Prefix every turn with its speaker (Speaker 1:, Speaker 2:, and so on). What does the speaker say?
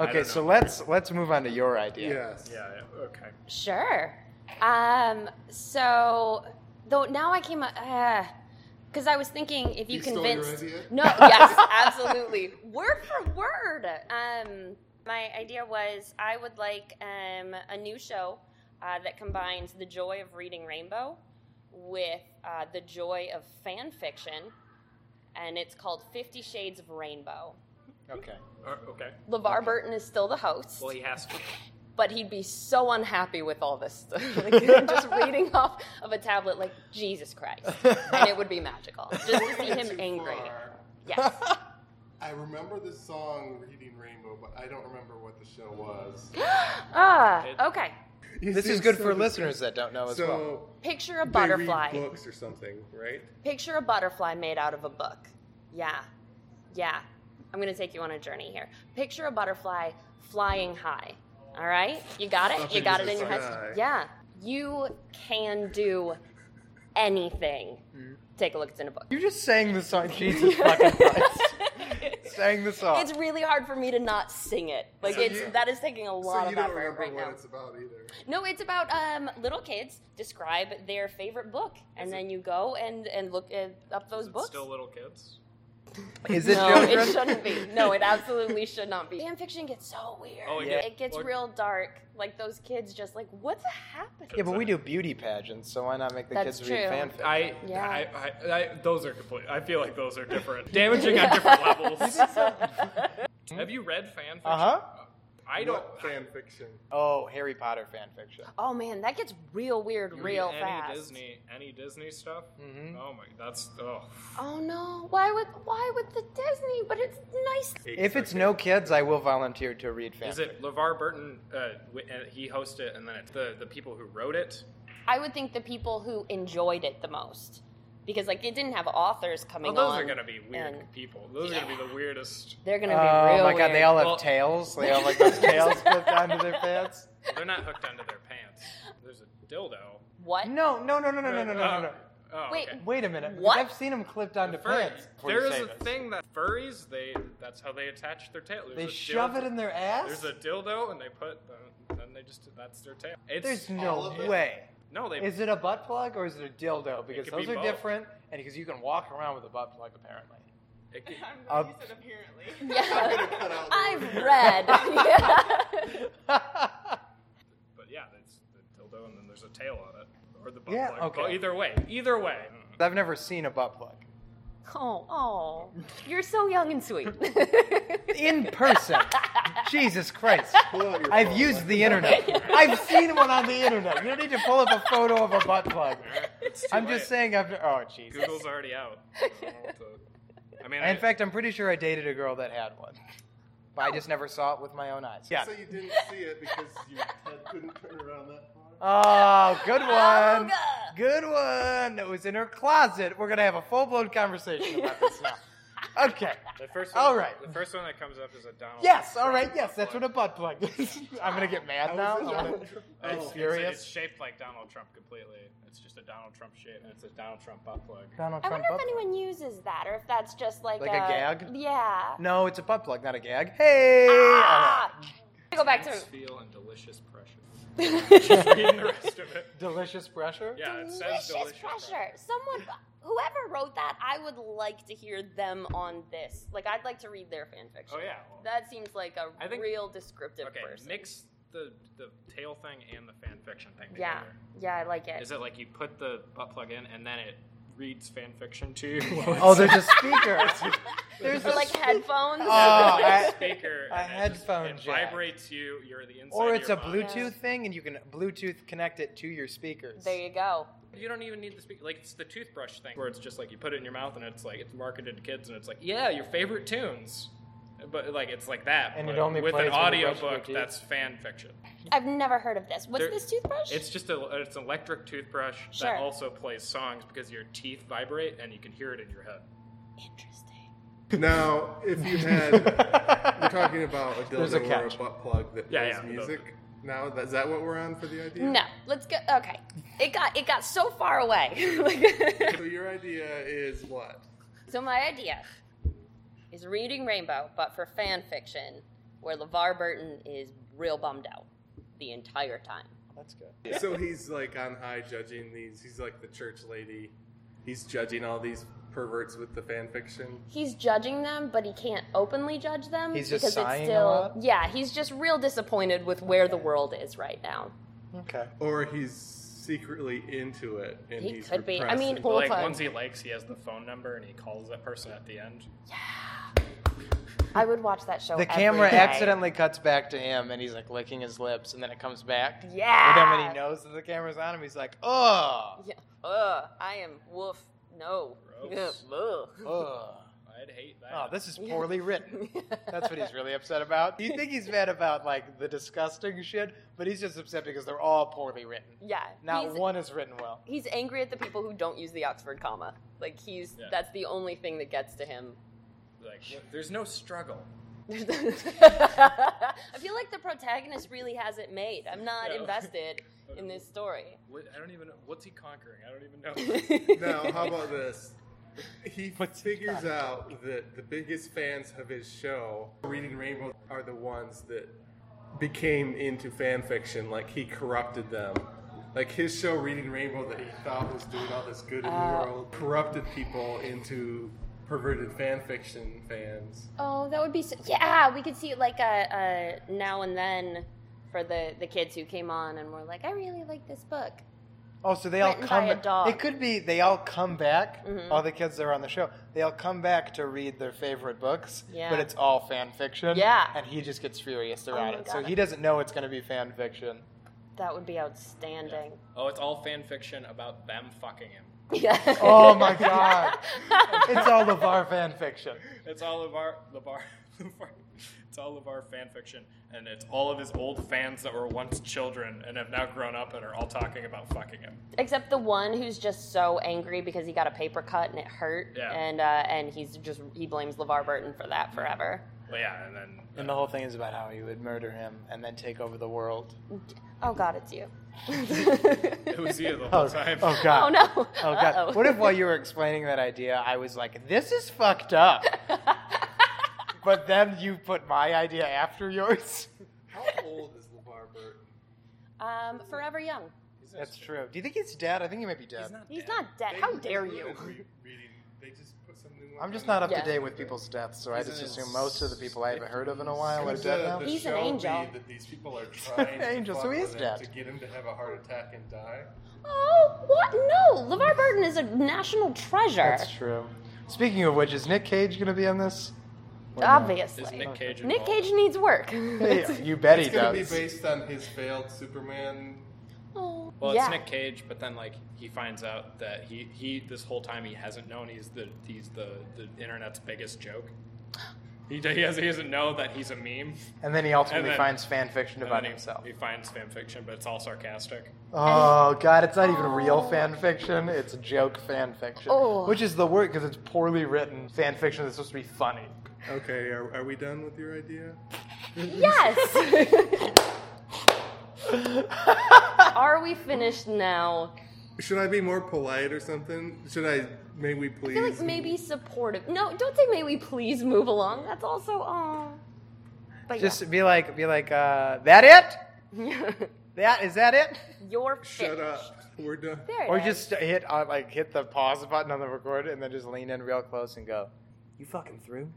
Speaker 1: Okay, so let's let's move on to your idea.
Speaker 2: Yes.
Speaker 3: Yeah, okay.
Speaker 4: Sure. Um, so though now I came up because I was thinking if you
Speaker 2: He stole your
Speaker 4: convinced.
Speaker 2: idea?
Speaker 4: No. Yes. absolutely. Word for word. Um, my idea was I would like um, a new show uh, that combines the joy of reading Rainbow with uh, the joy of fan fiction, and it's called Fifty Shades of Rainbow.
Speaker 1: Okay.
Speaker 3: Uh, okay.
Speaker 4: LeVar Burton is still the host
Speaker 3: Well, he has to.
Speaker 4: but he'd be so unhappy with all this like, just reading off of a tablet like jesus christ and it would be magical just to see him
Speaker 2: Too
Speaker 4: angry
Speaker 2: far.
Speaker 4: yes
Speaker 2: I remember the song Reading Rainbow, but I don't remember what the show was.
Speaker 4: ah okay
Speaker 2: You
Speaker 1: This
Speaker 2: seem
Speaker 1: is good
Speaker 2: so
Speaker 1: for
Speaker 2: dis-
Speaker 1: listeners that don't know as
Speaker 2: so
Speaker 1: well.
Speaker 4: picture a
Speaker 2: they read
Speaker 4: butterfly
Speaker 2: books or something, right?
Speaker 4: picture a butterfly made out of a book yeah yeah i'm gonna take you on a journey here picture a butterfly flying high all right you got it
Speaker 2: Up
Speaker 4: you
Speaker 2: into
Speaker 4: got it
Speaker 2: the
Speaker 4: in your
Speaker 2: sky.
Speaker 4: head yeah you can do anything
Speaker 2: Hmm.
Speaker 4: take a look it's in a book
Speaker 1: You just sang the song. Jesus fucking Christ. sang the song.
Speaker 4: It's really hard for me to not sing it. Like
Speaker 2: So
Speaker 4: it's
Speaker 2: you-
Speaker 4: that is taking a lot
Speaker 2: so you
Speaker 4: of
Speaker 2: don't
Speaker 4: effort
Speaker 2: remember
Speaker 4: right
Speaker 2: what
Speaker 4: now.
Speaker 2: it's about either.
Speaker 4: No, it's about um, little kids describe their favorite book, and then you go and and look at, up those
Speaker 3: Is it
Speaker 4: books.
Speaker 3: still little kids?
Speaker 1: is it
Speaker 4: no,
Speaker 1: children?
Speaker 4: it shouldn't be. No, it absolutely should not be. Fan fiction gets so weird.
Speaker 3: Oh, it
Speaker 4: it,
Speaker 3: gets-
Speaker 4: gets
Speaker 3: well-
Speaker 4: real dark. Like those kids, just like what's happening?
Speaker 1: yeah, but we do beauty pageants, so why not make the
Speaker 4: That's
Speaker 1: kids read
Speaker 4: true.
Speaker 1: fanfic?
Speaker 3: I,
Speaker 4: Yeah.
Speaker 3: I, I, I, those are complete. I feel like those are different, damaging on different levels. Hmm? Have you read fan fiction?
Speaker 1: Uh-huh.
Speaker 3: I don't.
Speaker 2: What fan fiction.
Speaker 1: oh, Harry Potter fanfiction.
Speaker 4: Oh man, that gets real weird,
Speaker 3: Read
Speaker 4: real
Speaker 3: any
Speaker 4: fast.
Speaker 3: Disney, any Disney stuff? Mm-hmm. Oh my, that's oh.
Speaker 4: Oh no! Why would why would the Disney? But it's nice.
Speaker 1: If it's no kids, I will volunteer to read fanfic.
Speaker 3: Is it LeVar Burton? Uh, wi- uh, he hosted, it, and then it, the the people who wrote it.
Speaker 4: I would think the people who enjoyed it the most, because like it didn't have authors coming
Speaker 3: Well, Oh, those
Speaker 4: on.
Speaker 3: are gonna be weird
Speaker 4: and-
Speaker 3: people. Those are gonna be the weirdest.
Speaker 4: They're gonna
Speaker 1: Oh
Speaker 4: be real.
Speaker 1: my god, they all have
Speaker 3: Well-
Speaker 1: tails. They all like those tails clipped onto their pants.
Speaker 3: They're not hooked onto their pants. There's a dildo.
Speaker 4: what?
Speaker 1: No, no, no, no, no, no, no, no, no. no.
Speaker 3: Oh,
Speaker 4: Wait,
Speaker 3: okay.
Speaker 1: Wait a minute. because
Speaker 4: What?
Speaker 1: I've seen them clipped onto
Speaker 3: Furry.
Speaker 1: pants. before you
Speaker 3: There is
Speaker 1: say
Speaker 3: a
Speaker 1: this.
Speaker 3: thing that furries they that's how they attach their tail. There's
Speaker 1: They
Speaker 3: a
Speaker 1: shove
Speaker 3: dildo-
Speaker 1: it in their ass.
Speaker 3: There's a dildo and they put the, then they just that's their tail. It's
Speaker 1: There's no
Speaker 2: all of it.
Speaker 1: way.
Speaker 3: no they
Speaker 1: Is it a butt plug or is it a dildo? Because
Speaker 3: could
Speaker 1: those
Speaker 3: be
Speaker 1: are
Speaker 3: both.
Speaker 1: different, and because you can walk around with a butt plug apparently.
Speaker 3: it could-
Speaker 5: I'm
Speaker 1: Uh,
Speaker 5: glad you said apparently.
Speaker 4: Yeah.
Speaker 2: Cut out the
Speaker 4: I've
Speaker 2: word.
Speaker 4: read. yeah.
Speaker 3: but yeah, it's the dildo and then there's a tail on it or the butt
Speaker 1: Yeah,
Speaker 3: plug.
Speaker 1: okay.
Speaker 3: Well, either way, either way.
Speaker 1: I've never seen a butt plug
Speaker 4: Oh, oh, you're so young and sweet.
Speaker 1: in person. Jesus Christ!
Speaker 2: Pull out your
Speaker 1: I've
Speaker 2: phone.
Speaker 1: used the internet. I've seen one on the internet. You don't need to pull up a photo of a butt plug.
Speaker 3: It's too
Speaker 1: I'm just
Speaker 3: late.
Speaker 1: saying. I've oh Jesus.
Speaker 3: Google's already out. I, don't know what to- I mean, I,
Speaker 1: In fact, I'm pretty sure I dated a girl that had one, but I
Speaker 3: Oh.
Speaker 1: just never saw it with my own eyes. Yeah.
Speaker 2: So you didn't see it because your head couldn't turn around that far.
Speaker 1: Oh, good one.
Speaker 4: Olga.
Speaker 1: Good one. It was in her closet. We're going to have a full blown conversation about this now. Okay.
Speaker 3: the first one,
Speaker 1: All right.
Speaker 3: The first one that comes up is a Donald.
Speaker 1: Yes. All
Speaker 3: Trump
Speaker 1: right. Yes.
Speaker 3: butt
Speaker 1: That's
Speaker 3: plug.
Speaker 1: what a butt plug is. I'm going to get mad now. I'm gonna-
Speaker 3: It's-
Speaker 2: Oh,
Speaker 3: it's,
Speaker 1: furious.
Speaker 3: It's, shaped like Donald Trump completely. It's just a Donald Trump shape, and it's a Donald Trump butt plug.
Speaker 1: Donald
Speaker 4: I
Speaker 1: Trump
Speaker 4: wonder
Speaker 1: butt
Speaker 4: if
Speaker 1: plug.
Speaker 4: anyone uses that, or if that's just like
Speaker 1: Like a gag?
Speaker 4: Yeah.
Speaker 1: No, it's a butt plug, not a gag. Hey. all right.
Speaker 4: Ah! Go back to
Speaker 3: Nice feel and delicious pressure. just reading the rest of it.
Speaker 1: Delicious pressure.
Speaker 3: Yeah, it says
Speaker 4: delicious
Speaker 3: delicious
Speaker 4: pressure. Someone, whoever wrote that, I would like to hear them on this. Like, I'd like to read their fan fiction.
Speaker 3: Oh yeah. well,
Speaker 4: That seems like a
Speaker 3: I think-
Speaker 4: real descriptive
Speaker 3: okay,
Speaker 4: person.
Speaker 3: mix the the tail thing and the fan fiction thing
Speaker 4: yeah,
Speaker 3: together.
Speaker 4: yeah, I like it.
Speaker 3: Is it like you put the butt plug in and then it reads fan fiction to you? while
Speaker 1: Oh,
Speaker 3: it's
Speaker 1: there's a speaker. There's
Speaker 4: Or
Speaker 1: a
Speaker 4: like
Speaker 1: sp-
Speaker 4: headphones.
Speaker 1: Oh, I-
Speaker 3: speaker.
Speaker 1: a
Speaker 3: and it just-
Speaker 1: headphone
Speaker 3: It
Speaker 1: jack.
Speaker 3: vibrates you. You're the inside.
Speaker 1: or
Speaker 3: of
Speaker 1: it's a
Speaker 3: your mind.
Speaker 1: Bluetooth thing, and you can Bluetooth connect it to your speakers.
Speaker 4: there you go.
Speaker 3: You don't even need the speaker. Like it's the toothbrush thing where it's just like you put it in your mouth and it's like it's marketed to kids and it's like yeah your favorite tunes, but like it's like that.
Speaker 1: And
Speaker 3: but
Speaker 1: it only
Speaker 3: with
Speaker 1: plays
Speaker 3: an
Speaker 1: when you brush your
Speaker 3: audiobook
Speaker 1: teeth.
Speaker 3: that's fan fiction.
Speaker 4: I've never heard of this. What's
Speaker 3: There-
Speaker 4: this toothbrush?
Speaker 3: It's just a it's an electric toothbrush
Speaker 4: Sure.
Speaker 3: that also plays songs because your teeth vibrate and you can hear it in your head.
Speaker 4: interesting.
Speaker 2: Now, if you had, we're talking about a
Speaker 1: There's a
Speaker 2: dildo or a
Speaker 1: catch.
Speaker 2: butt plug that
Speaker 3: Yeah,
Speaker 2: plays
Speaker 3: yeah,
Speaker 2: music. Now, that- is that what we're on for the idea?
Speaker 4: No, let's go. Okay, it got it got so far away.
Speaker 2: So your idea is what?
Speaker 4: so my idea is reading Rainbow, but for fan fiction, where LeVar Burton is real bummed out the entire time.
Speaker 1: That's good.
Speaker 2: so he's like on high judging these. He's like the church lady. He's judging all these perverts with the fan fiction.
Speaker 4: He's judging them, but he can't openly judge them
Speaker 1: He's just
Speaker 4: because
Speaker 1: sighing
Speaker 4: it's
Speaker 1: a
Speaker 4: still
Speaker 1: lot?
Speaker 4: yeah. He's just real disappointed with where the world is right now.
Speaker 1: Okay.
Speaker 2: Or he's secretly into it. And
Speaker 4: He
Speaker 2: he's
Speaker 4: could be. I
Speaker 2: repressing
Speaker 4: mean,
Speaker 2: it.
Speaker 4: Whole
Speaker 3: like
Speaker 4: time.
Speaker 3: ones he likes, he has the phone number and he calls that person at the end.
Speaker 4: I would watch that show.
Speaker 1: The
Speaker 4: every
Speaker 1: camera
Speaker 4: day.
Speaker 1: accidentally cuts back to him, and he's like licking his lips, and then it comes back.
Speaker 4: Yeah.
Speaker 1: And then when he knows that the camera's on him, he's like, "Oh,
Speaker 4: Yeah. Ugh. I am woof. No.
Speaker 3: Gross.
Speaker 4: Ugh.
Speaker 1: oh,
Speaker 3: I'd hate that.
Speaker 1: oh, this is poorly written." That's what he's really upset about. You think he's mad about like the disgusting shit, but he's just upset because they're all poorly written.
Speaker 4: Yeah.
Speaker 1: Not
Speaker 4: he's,
Speaker 1: one is written well.
Speaker 4: He's angry at the people who don't use the Oxford comma. Like he's
Speaker 3: Yeah.
Speaker 4: that's the only thing that gets to him.
Speaker 3: like what- there's no struggle.
Speaker 4: I feel like the protagonist really has it made. I'm not
Speaker 3: Yeah.
Speaker 4: invested in this story.
Speaker 3: What, I don't even know what's he conquering. I don't even know.
Speaker 2: Now, how about this? He
Speaker 1: What's he
Speaker 2: figures
Speaker 1: got?
Speaker 2: out that the biggest fans of his show, Reading Rainbow, are the ones that became into fan fiction. Like he corrupted them. Like his show, Reading Rainbow, that he thought was doing all this good in the
Speaker 4: Uh,
Speaker 2: world, corrupted people into perverted fan fiction fans.
Speaker 4: Oh, that would be so. Yeah, we could see it like a, a now and then for the the kids who came on and were like, "I really like this book."
Speaker 1: Oh, so they all
Speaker 4: Written by
Speaker 1: come.
Speaker 4: a dog.
Speaker 1: It could be they all come back. All the kids that are on the show, they all come back to read their favorite books.
Speaker 4: Yeah.
Speaker 1: But it's all fan fiction.
Speaker 4: Yeah.
Speaker 1: And he just gets furious
Speaker 4: my
Speaker 1: around it, so
Speaker 4: God.
Speaker 1: he doesn't know it's going to be fan fiction.
Speaker 4: That would be outstanding.
Speaker 3: oh, it's all fan fiction about them fucking him.
Speaker 4: Yeah.
Speaker 1: Oh my god, it's all LeVar fan fiction.
Speaker 3: It's all of our Levar, Levar. It's all of our fan fiction, and it's all of his old fans that were once children and have now grown up and are all talking about fucking him.
Speaker 4: Except the one who's just so angry because he got a paper cut and it hurt,
Speaker 3: Yeah.
Speaker 4: and uh, and he's just he blames LeVar Burton for that forever.
Speaker 3: But yeah, and then
Speaker 1: And the whole thing is about how he would murder him and then take over the world.
Speaker 4: Oh God, it's you.
Speaker 3: it was you the whole
Speaker 1: Oh,
Speaker 3: time.
Speaker 1: oh
Speaker 4: Oh
Speaker 1: god.
Speaker 4: no.
Speaker 1: Oh god.
Speaker 4: Uh-oh.
Speaker 1: What if while you were explaining that idea, I was like, "This is fucked up," but then you put my idea after yours.
Speaker 2: How old is LeVar Burton?
Speaker 4: Um, forever young.
Speaker 3: He's not
Speaker 1: That's
Speaker 3: shit.
Speaker 1: true. Do you think he's dead? I think he might be dead.
Speaker 3: He's not.
Speaker 4: He's
Speaker 3: dead.
Speaker 4: not dead.
Speaker 2: They-
Speaker 4: How
Speaker 2: they
Speaker 4: dare
Speaker 2: do
Speaker 4: you?
Speaker 2: it re- Reading, they just put something.
Speaker 1: I'm just not up
Speaker 4: Yeah.
Speaker 1: to date with people's deaths, so I
Speaker 3: He's
Speaker 1: just
Speaker 3: in
Speaker 1: assume
Speaker 3: his
Speaker 1: most of the people I haven't heard of in a while are
Speaker 2: Who's the-
Speaker 1: dead
Speaker 2: the
Speaker 1: now.
Speaker 4: He's an
Speaker 2: show
Speaker 4: angel.
Speaker 2: lead That these people are trying to
Speaker 1: angel, so
Speaker 2: fuck
Speaker 1: he
Speaker 2: with
Speaker 1: is
Speaker 2: him
Speaker 1: dead.
Speaker 2: to get him to have a heart attack and die.
Speaker 4: Oh, what? No, LeVar Burton is a national treasure.
Speaker 1: That's true. Speaking of which, is Nick Cage going to be on this? Or no?
Speaker 4: Obviously.
Speaker 3: Is Nick Cage?
Speaker 4: Nick
Speaker 3: involved?
Speaker 4: Cage needs work.
Speaker 1: Yeah, you bet he
Speaker 2: It's going to
Speaker 1: does.
Speaker 2: be based on his failed Superman.
Speaker 4: Oh,
Speaker 3: Well,
Speaker 4: yeah.
Speaker 3: it's Nick Cage, but then like he finds out that he he this whole time he hasn't known he's the he's the the internet's biggest joke. He d- he, has, he doesn't know that he's a meme.
Speaker 1: And then he ultimately
Speaker 3: And then-
Speaker 1: finds fan fiction
Speaker 3: And
Speaker 1: about
Speaker 3: then he,
Speaker 1: himself.
Speaker 3: He finds fan fiction, but it's all sarcastic.
Speaker 1: Oh god, it's not even real fan fiction. It's joke fan fiction,
Speaker 4: Oh.
Speaker 1: which is the word because it's poorly written fan fiction that's supposed to be funny.
Speaker 2: Okay, are, are we done with your idea?
Speaker 4: Yes. Are we finished now?
Speaker 2: Should I be more polite or something? Should I? May we please?
Speaker 4: I feel like maybe supportive. No, don't say may we please move along. That's also aw. But yeah.
Speaker 1: Just be like, be like, uh, that it? That is that it?
Speaker 4: You're
Speaker 2: Shut
Speaker 4: finished.
Speaker 2: up. We're done.
Speaker 4: There it
Speaker 1: Or
Speaker 4: is.
Speaker 1: just hit on like hit the pause button on the record and then just lean in real close and go, "You fucking through."